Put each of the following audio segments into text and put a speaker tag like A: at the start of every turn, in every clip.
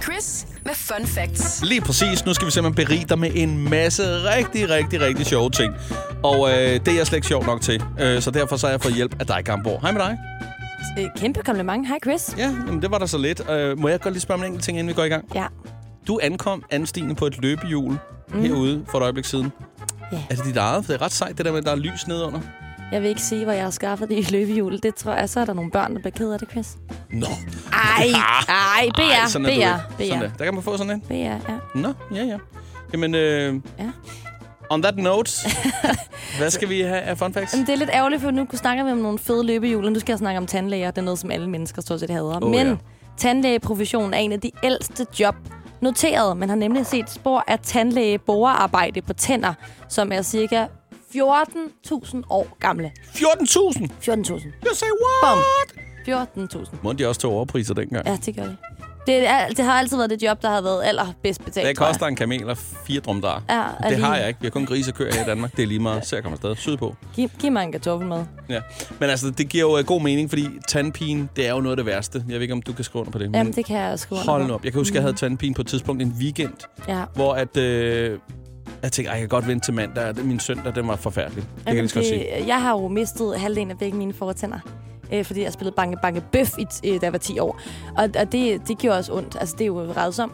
A: quiz med fun facts.
B: Lige præcis. Nu skal vi simpelthen berige dig med en masse rigtig, rigtig, rigtig sjove ting. Og øh, det er jeg slet ikke sjov nok til. Øh, så derfor så har jeg fået hjælp af dig, Gamborg. Hej med dig.
C: Øh, Kæmpe kompliment. Hej, Chris.
B: Ja, jamen, det var der så lidt. Øh, må jeg godt lige spørge om en enkelt ting, inden vi går i gang?
C: Ja.
B: Du ankom anstigende på et løbehjul mm. herude for et øjeblik siden.
C: Ja.
B: Er det dit eget? For det er ret sejt, det der med, at der er lys nedenunder.
C: Jeg vil ikke sige, hvor jeg har skaffet det i løbehjul. Det tror jeg, så er der nogle børn, der bliver ked af det, Chris.
B: Nå.
C: Ej, ej, BR,
B: Ej, sådan er du
C: BR,
B: ikke. Sådan
C: BR,
B: der. Der kan man få sådan en.
C: BR, ja.
B: Nå, ja, ja. Jamen, øh,
C: Ja.
B: on that note, hvad skal vi have af fun facts?
C: Jamen, det er lidt ærgerligt, for nu kunne snakke om nogle fede løbehjul, og nu skal jeg snakke om tandlæger. Det er noget, som alle mennesker stort set hader.
B: Åh,
C: men
B: ja.
C: tandlægeprofessionen er en af de ældste job noteret. Man har nemlig set spor af tandlægeborearbejde på tænder, som er cirka 14.000 år gamle.
B: 14.000!
C: 14.000.
B: You say what?
C: 14.000.
B: Må de også tage overpriser dengang?
C: Ja, det gør det. Det, er, det har altid været det job, der har været allerbedst betalt.
B: Det
C: tror jeg.
B: koster en kamel og fire drumdarer.
C: Ja, og
B: det
C: lige-
B: har jeg ikke. Vi har kun grise og køer her i Danmark. Det er lige meget. Så jeg kommer afsted. Sydpå.
C: Giv, giv mig en kartoffel med.
B: Ja. Men altså, det giver jo øh, god mening, fordi tandpine, det er jo noget af det værste. Jeg ved ikke, om du kan skrive under på det.
C: Jamen, det kan jeg skrive under
B: Hold
C: på. Mm.
B: nu op. Jeg kan huske, at jeg havde tandpine på et tidspunkt en weekend,
C: Ja.
B: hvor at, øh, jeg tænkte, "Ej, jeg kan godt vente til mandag. Det- Min søndag, den var forfærdelig. Det kan jeg lige
C: Jamen,
B: så godt sige.
C: det, jeg har jo mistet halvdelen af begge mine fortænder. Øh, fordi jeg spillede banke banke bøf, i, t- øh, da jeg var 10 år. Og, og det, det gjorde også ondt. Altså, det er jo redsomt.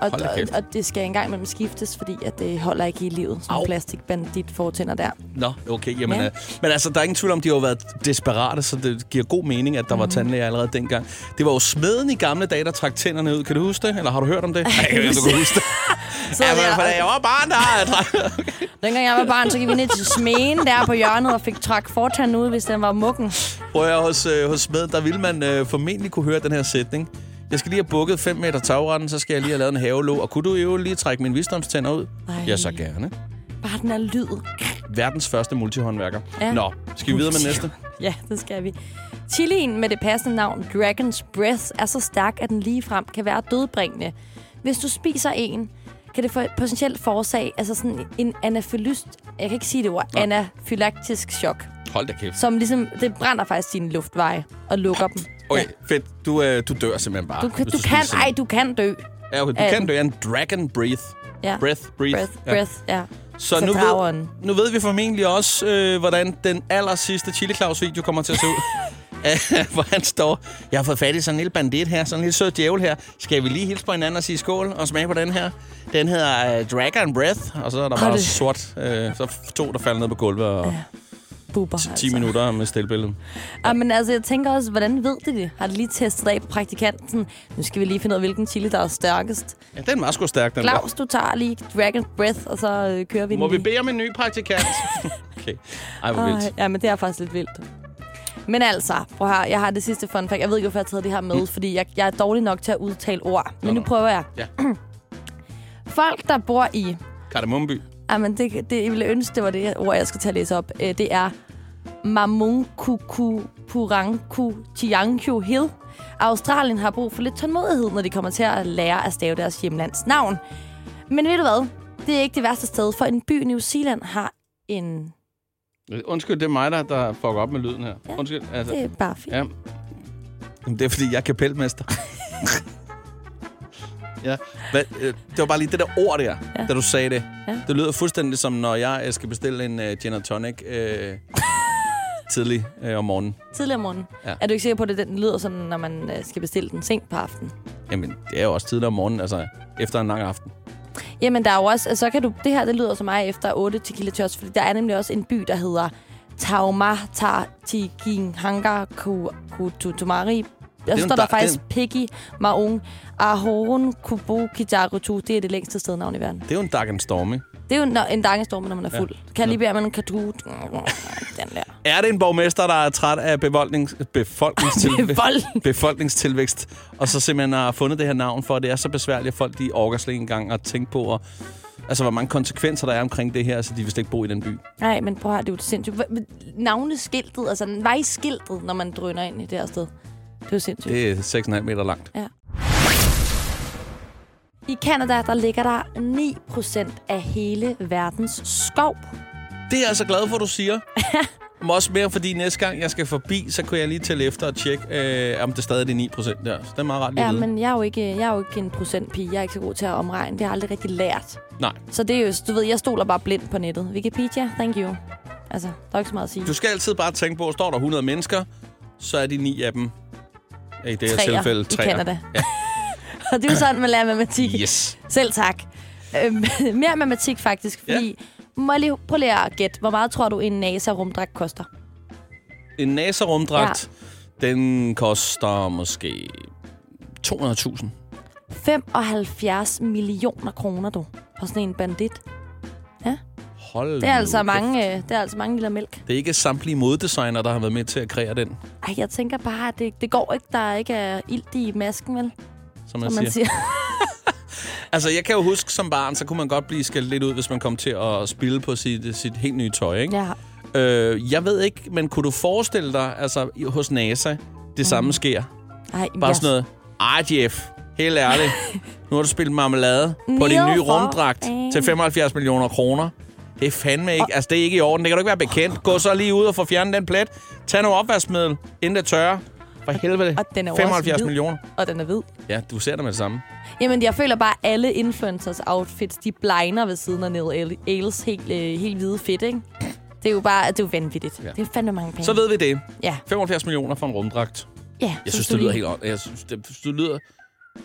C: Og,
B: Hold da
C: og,
B: kæft.
C: og, det skal engang imellem skiftes, fordi at det holder ikke i livet. Som
B: Au.
C: plastikbandit fortænder der.
B: Nå, okay. Jamen,
C: Ja.
B: ja. øh, men altså, der er ingen tvivl om, de har jo været desperate, så det giver god mening, at der mm.
C: Mhm.
B: var tandlæger allerede dengang. Det var jo smeden i gamle dage, der trak tænderne ud. Kan du huske det? Eller har du hørt om det? Nej, jeg kan ikke, om du kan huske det.
C: Så
B: Ja, men, for da
C: der,
B: jeg var barn, der har jeg drak-
C: dengang jeg var barn, så gik vi ned til smeden der på hjørnet og fik træk fortanden ud, hvis den var mukken.
B: Prøv at høre, hos, øh, hos Smed, der ville man øh, formentlig kunne høre den her sætning. Jeg skal lige have bukket 5 meter tagrenden, så skal jeg lige have lavet en havelåg. Og kunne du jo lige trække mine visdomstænder ud?
C: Ej.
B: Ja, så gerne.
C: Bare den her lyd.
B: Verdens første multihåndværker.
C: Ja.
B: Nå, skal vi videre med næste?
C: Ja, det skal vi. Chilien med det passende navn Dragon's Breath er så stærk, at den ligefrem kan være dødbringende. Hvis du spiser en, kan det få potentielt forårsage altså sådan en anafylyst, jeg kan ikke sige det ord,
B: Nej.
C: anafylaktisk chok,
B: Hold da kæft.
C: som ligesom, det brænder faktisk dine luftveje og lukker dem.
B: Okay, fedt. Du, øh, du dør simpelthen bare.
C: Du, kan,
B: hvis
C: du kan,
B: spiser-
C: ej, du kan dø.
B: Ja, okay, du
C: af
B: kan
C: den.
B: dø af en dragon breath.
C: Ja.
B: Breath, breathe.
C: Breath, breath, ja.
B: Så,
C: Så
B: nu, ved,
C: drageren.
B: nu ved vi formentlig også, øh, hvordan den aller sidste Chili Claus video kommer til at se ud. Æh, Hvor han står, jeg har fået fat i sådan en lille bandit her, sådan en lille sød djævel her. Skal vi lige hilse på hinanden og sige skål og smage på den her? Den hedder øh, Dragon Breath, og så er der bare
C: det-
B: sort. Øh, så to, der falder ned på gulvet, og ja,
C: Buber,
B: 10 minutter med stillbilledet.
C: altså. Ja, men altså, jeg tænker også, hvordan ved de det? Har de lige testet af på praktikanten? Nu skal vi lige finde ud af, hvilken chili, der er stærkest.
B: Ja, den var sgu stærk, den
C: Claus, du tager lige Dragon Breath, og så øh, kører vi
B: der. Må
C: den
B: vi
C: lige.
B: bede om en ny praktikant? okay. Ej, hvor vildt.
C: Ej, Ja, men det er faktisk lidt vildt. Men altså, prøv her, jeg har det sidste fun fact. Jeg ved ikke, hvorfor jeg har taget det her med, fordi jeg, jeg er dårlig nok til at udtale ord. Men
B: Mm. Nå,
C: nu
B: nå.
C: prøver jeg.
B: Ja.
C: Folk, der bor i...
B: Kardemommeby.
C: Jamen, Ah, det, det, jeg ville ønske, det var det ord, jeg skal til at læse op. Øh, Det er Mamunkuku Puranku Tiangku Hill. Australien har brug for lidt tålmodighed, når de kommer til at lære at stave deres hjemlands navn. Men ved du hvad? Det er ikke det værste sted, for en by i New Zealand har en...
B: Undskyld, det er mig, der, der fucker op med lyden her.
C: Ja,
B: Undskyld. Altså.
C: Det er bare fint.
B: Ja. Jamen, det er, fordi jeg er kapelmester. ja. Hvad, øh, det var bare lige det der ord der, ja. da du sagde det. Ja.
C: Ja.
B: Det lyder fuldstændig som, når jeg øh, skal bestille en øh, gin and tonic øh, tidlig øh, om morgenen.
C: tidligere om morgenen.
B: Ja.
C: Ja. Er du ikke sikker på, at det er den den lyder sådan, når man øh, skal bestille den sent på aftenen?
B: Jamen, det er jo også tidligere om morgenen, altså efter en lang aften.
C: Jamen, der er jo også, altså, så kan du, det her det lyder som mig efter 8 tequila shots, fordi der er nemlig også en by, der hedder Taumata Tiking Hanga Kututumari.
B: er jo
C: Der
B: en
C: står
B: da-
C: der faktisk
B: det
C: Piggy Maung Ahorun Kubo Kijarutu. Det er det længste stednavn i verden.
B: Det er jo en dark and stormy.
C: Det er jo en, en dangestorm, når man er fuld. Kan jeg lige bede om en kadu? Den der.
B: Er det en borgmester, der er træt af befolknings, befolkningstilvækst,
C: Befolkning.
B: befolkningstilvækst, og så simpelthen har fundet det her navn for, at det er så besværligt, at folk de orker slet ikke engang at tænke på, og, altså hvor mange konsekvenser der er omkring det her, så de vil slet ikke bo i den by.
C: Nej, men prøv at høre, det er jo sindssygt. Hvad- hvad- Navneskiltet, altså vejskiltet, når man drøner ind i det her sted. Det er jo sindssygt.
B: Det er 6,5 meter langt.
C: I Kanada, der ligger der 9 procent af hele verdens skov.
B: Det er jeg altså glad for, du siger. Men også mere, fordi næste gang, jeg skal forbi, så kunne jeg lige tælle efter og tjekke, øh, om det stadig er de 9 procent der. Så det er meget rart lige
C: Ja,
B: at vide.
C: men jeg er, jo ikke, jeg er jo ikke en procentpige. Jeg er ikke så god til at omregne. Det har jeg aldrig rigtig lært.
B: Nej.
C: Så det er jo, du ved, jeg stoler bare blindt på nettet. Wikipedia, thank you. Altså, der er ikke så meget at sige.
B: Du skal altid bare tænke på, står der 100 mennesker, så er de 9 af dem i det her
C: Træer
B: tilfælde
C: i
B: træer.
C: Canada. Og det er jo sådan, man lærer matematik.
B: Yes.
C: Selv tak. Øhm, mere matematik faktisk, fordi... Må jeg lige prøve lige at gætte, hvor meget tror du, en NASA-rumdragt koster?
B: En NASA-rumdragt, ja. den koster måske 200.000.
C: 75 millioner kroner, du, for sådan en bandit.
B: Hold
C: Det er,
B: nu
C: altså
B: kæft.
C: mange, øh, det er altså mange liter mælk.
B: Det er ikke samtlige moddesignere, der har været med til at kreere den,
C: Ej, jeg tænker bare, at det, det går ikke, der ikke er ilt i masken, vel?
B: som man,
C: Som
B: siger.
C: man siger.
B: Altså, jeg kan jo huske som barn, så kunne man godt blive skældt lidt ud, hvis man kom til at spille på sit, sit helt nye tøj, ikke?
C: Ja.
B: Ja. Øh, jeg ved ikke, men kunne du forestille dig, altså i- hos NASA, det mm. samme sker?
C: Ej, men
B: Bare
C: jeg-
B: sådan noget, ej Jeff, helt ærligt, nu har du spillet marmelade på din nye
C: Nedenfor.
B: rumdragt
C: Ej.
B: til 75 millioner kroner. Det er fandme ikke, altså det er ikke i orden, det kan du ikke være bekendt. Gå så lige ud og få fjernet den plet. Tag noget opvaskemiddel, inden det tørrer. For helvede,
C: og den er jo også
B: 75
C: hvid.
B: millioner.
C: Og den er hvid.
B: Ja, du ser det med det samme.
C: Jamen, jeg føler bare, at alle influencers outfits, de blegner ved siden af Neil Ailes helt, øh, helt hvide fedt, ikke? Det er jo bare, det er jo vanvittigt.
B: Ja.
C: Ja. Det er fandme mange penge.
B: Så ved vi det.
C: Ja.
B: 75 millioner for en rumdragt.
C: ja
B: Jeg
C: så
B: synes,
C: du
B: det lyder
C: lige-
B: helt on- Jeg synes, det, det lyder...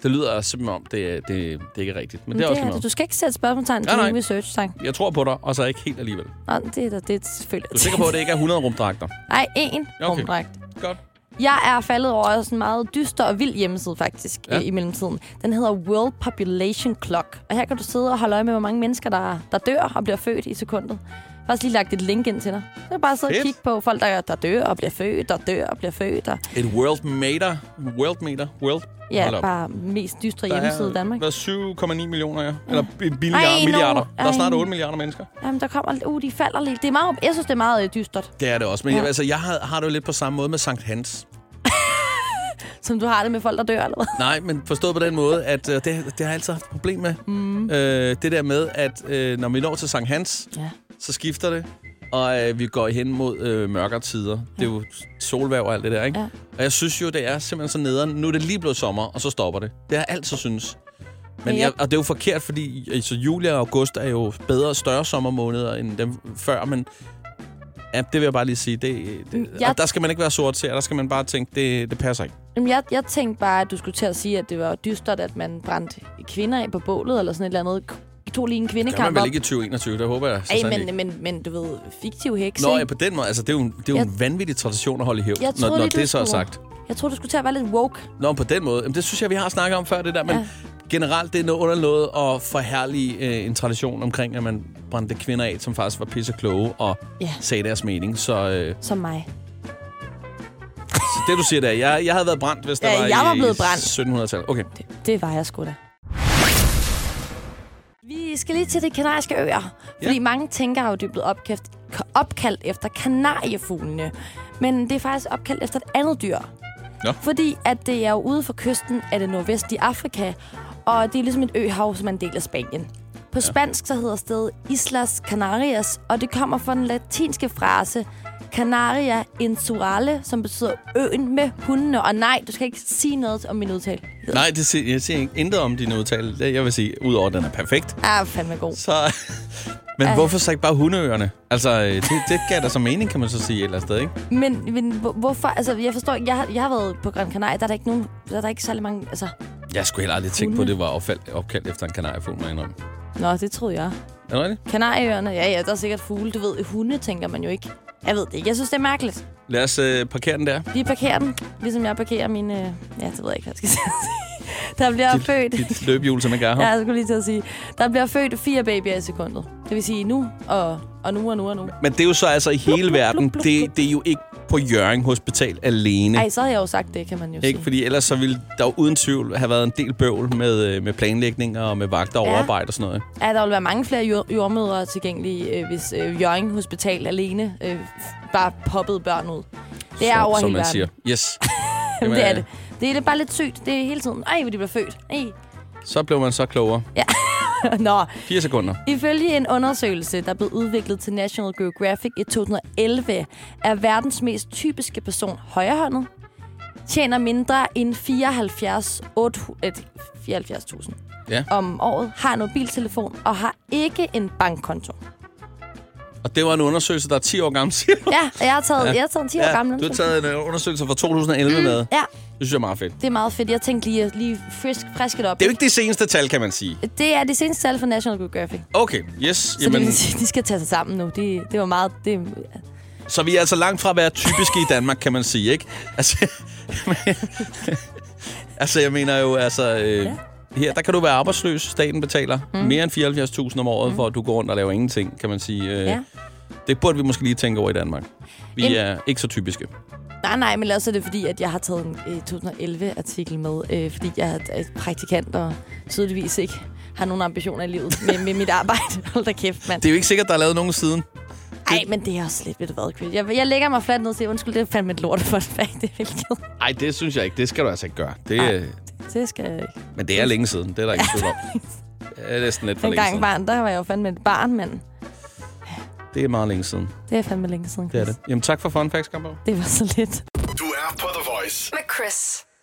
B: Det lyder simpelthen om, det, er- det, det er ikke er rigtigt. Men,
C: Men
B: det er også
C: det er det.
B: det,
C: Du skal ikke sætte spørgsmålstegn til
B: Nej,
C: min
B: nej.
C: research, sang.
B: Jeg tror på dig, og så ikke helt alligevel. Du
C: Nå, det er da det, selvfølgelig.
B: er sikker på, at det ikke er 100 rumdragter?
C: Nej, én
B: Ja, okay.
C: okay. rumdragt.
B: Godt.
C: Jeg er faldet over sådan en meget dyster og vild hjemmeside, faktisk,
B: Ja.
C: ja. i mellemtiden. Den hedder World Population Clock. Og her kan du sidde og holde øje med, hvor mange mennesker, der, der dør og bliver født i sekundet. Jeg har også lige lagt et link ind til dig. Så kan du bare sidde og
B: Fedt.
C: kigge på folk, der, der dør og bliver født, der dør og bliver født. Og,
B: Et world meter. World meter. World.
C: ja,
B: Hold op.
C: bare mest dystre
B: Der
C: hjemmeside i Danmark. Mm.
B: Der er 7,9 millioner, ja. Eller bi-
C: Ej,
B: billiarder,
C: no.
B: milliarder. Der er
C: Ej.
B: snart 8 milliarder mennesker.
C: Jamen, der kommer... Uh, de falder lidt. Det er meget, jeg synes, det er meget øh, dystert,
B: Det er det også. Men
C: Ja.
B: ja. altså, jeg har, har det jo lidt på samme måde med Sankt Hans.
C: som du har det med folk, der dør. Eller hvad?
B: Nej, men forstået på den måde, at øh, det, det har jeg altid haft et problem med. Mm. Øh, det der med, at øh, når vi når til Sankt Hans,
C: Ja.
B: så skifter det, og øh, vi går hen mod øh, mørkere tider. Det er jo solværv og alt det der, ikke?
C: Ja.
B: Og jeg synes jo, det er simpelthen så nederen. Nu er det lige blevet sommer, og så stopper det. Det har jeg altid synes. Men
C: Ja.
B: jeg, og det er jo forkert, fordi altså, juli og august er jo bedre og større sommermåneder end dem før, men ja, det vil jeg bare lige sige. Det, det,
C: Mm, Jeg-
B: og der skal man ikke være sort til, der skal man bare tænke, det, det passer ikke.
C: Jamen, jeg, jeg tænkte bare, at du skulle til at sige, at det var dystert, at man brændte kvinder af på bålet, eller sådan et eller andet. I tog lige en
B: Det kan
C: kvindekamp
B: man vel ikke i 2021, der håber jeg. så
C: Ej,
B: sandelig ikke.
C: men, men, men du ved, fiktiv heks,
B: Nå, ja,
C: ikke?
B: på den måde. Altså, det er jo, en- det er jo en vanvittig tradition at holde i hævd,
C: Jeg
B: når,
C: troede
B: når
C: lige, du
B: det så er
C: skulle-
B: sagt.
C: Jeg tror du skulle til at være lidt woke.
B: Nå, på den måde. Jamen, det synes jeg, vi har snakket om før, det der. Men ja.
C: Ja.
B: generelt, det er noget under noget at forherlige øh, en tradition omkring, at man brændte kvinder af, som faktisk var pisse kloge og
C: Ja,
B: sagde deres mening. Så, øh,
C: som mig.
B: så det, du siger der, jeg, jeg havde været brændt, hvis der
C: Ja,
B: var
C: jeg
B: i,
C: var blevet
B: i
C: brændt.
B: 1700-tallet. Okay.
C: Det, det var jeg sgu da. Vi skal lige til de kanariske øer.
B: Ja.
C: Fordi mange tænker jo, det er blevet opkaldt, opkaldt efter kanariefuglene. Men det er faktisk opkaldt efter et andet dyr.
B: Nå.
C: Fordi at det er jo ude for kysten af det nordvestlige Afrika. Og det er ligesom et øhav, som er en del af Spanien. På spansk så hedder stedet Islas Canarias, og det kommer fra den latinske frase Canaria insurale, som betyder øen med hundene. Og nej, du skal ikke sige noget om min udtale.
B: Nej, det siger, jeg siger ikke, intet om din udtale. Det, jeg vil sige, udover at den er perfekt.
C: Ah, fandme god.
B: Så, men hvorfor så ikke bare hundeøerne? Altså, øh, det, det gav da så mening, kan man så sige et eller andet sted, ikke?
C: Men, men hvor- hvorfor? Altså, jeg forstår ikke. Jeg, har- jeg har været på Gran Canaria. Der er der ikke nogen... Der er der ikke særlig mange... Altså...
B: Jeg skulle heller aldrig tænke på, at det var opfald, opkaldt efter en kanariefugl, må jeg indrømme.
C: Nå, det troede jeg.
B: Er det rigtigt?
C: Kanarieøerne, ja, ja, der er sikkert fugle. Du ved, hunde tænker man jo ikke. Jeg ved det ikke. Jeg synes, det er mærkeligt.
B: Lad os øh, parkere den der.
C: Vi parkerer dem, ligesom jeg parkerer mine... øh, Ja, det ved jeg ikke, hvad jeg skal sige. Der bliver
B: Dit-
C: født...
B: Dit løbehjul, som ikke er her.
C: Ja, jeg skulle lige til at sige. Der bliver født fire babyer i sekundet. Det vil sige nu, og, og nu, og nu, og nu.
B: Men det er jo så altså i hele verden,
C: blub, blub,
B: det, det er jo ikke på Jørgen Hospital alene.
C: Ej, så havde jeg jo sagt det, kan man jo
B: Ikke?
C: sige.
B: Fordi ellers så ville der jo uden tvivl have været en del bøvl med, øh, med planlægning og med vagter og
C: Ja.
B: overarbejde og sådan noget.
C: Ja, der vil være mange flere jord- jordmødre tilgængelige, øh, hvis øh, Jørgen Hospital alene øh, f- bare poppede børn ud. Det er
B: som,
C: over
B: som
C: hele
B: man
C: verden.
B: siger. Yes.
C: Jamen, det er
B: øh,
C: det. Det er det bare lidt sygt. Det er hele tiden, ej, hvor de bliver født. Ej.
B: Så blev man så klogere.
C: Ja. Nå,
B: Fire sekunder.
C: Ifølge en undersøgelse, der blev udviklet til National Geographic i 2011, er verdens mest typiske person højrehåndet, tjener mindre end 74 800 eh, 74.000
B: Ja.
C: om året, har en mobiltelefon og har ikke en bankkonto.
B: Og det var en undersøgelse, der er 10 år gammel, siger du?
C: Ja, og jeg har taget, ja. jeg har taget en 10 år gammel.
B: du har
C: undersøgelse.
B: taget en øh, undersøgelse fra 2011 mm. med. Det
C: Ja,
B: synes jeg er meget fedt.
C: det er meget fedt. Jeg tænkte lige, lige frisk, frisket op.
B: Det er jo ikke det seneste tal, kan man sige.
C: Det er det seneste tal for National Geographic. Så
B: Okay, yes.
C: Jamen. det
B: Jamen,
C: vil sige, de skal tage sig sammen nu. Det, det var meget... Det,
B: så vi er altså langt fra at være typiske i Danmark, kan man sige, ikke? Altså, altså jeg mener jo, altså... Øh,
C: Ja.
B: her, der kan du være arbejdsløs. Staten betaler mm. mere end 74.000 om året, mm. for at du går rundt og laver ingenting, kan man sige. Øh,
C: ja.
B: Det burde vi måske lige tænke over i Danmark. Vi
C: Jamen-
B: er ikke så typiske.
C: Nej, nej, men også er det fordi, at jeg har taget en øh, 2011-artikel med, øh, fordi jeg er et praktikant og tydeligvis ikke har nogen ambitioner i livet med, med mit arbejde. Hold da kæft, mand.
B: Det er jo ikke sikkert, der er lavet nogen siden.
C: Nej, men det er også lidt ved det været, Chris. Jeg, jeg lægger mig fladt ned og siger, undskyld, det er fandme et lort for et fag, det er hvilket.
B: Nej, det synes jeg ikke. Det skal du altså ikke gøre. Det,
C: Ej.
B: øh,
C: Det skal jeg ikke.
B: men det er længe siden. Det er der ikke tvivl om. Det er næsten lidt for
C: Den
B: længe
C: gang
B: siden.
C: barn, der var jeg jo fandme et barn, men
B: Det er meget længe siden.
C: det er fandme længe siden,
B: Det er
C: Chris.
B: det. Jamen tak for fun facts, Kambo.
C: Det var så lidt.
D: Du er på The Voice.
A: Med Chris.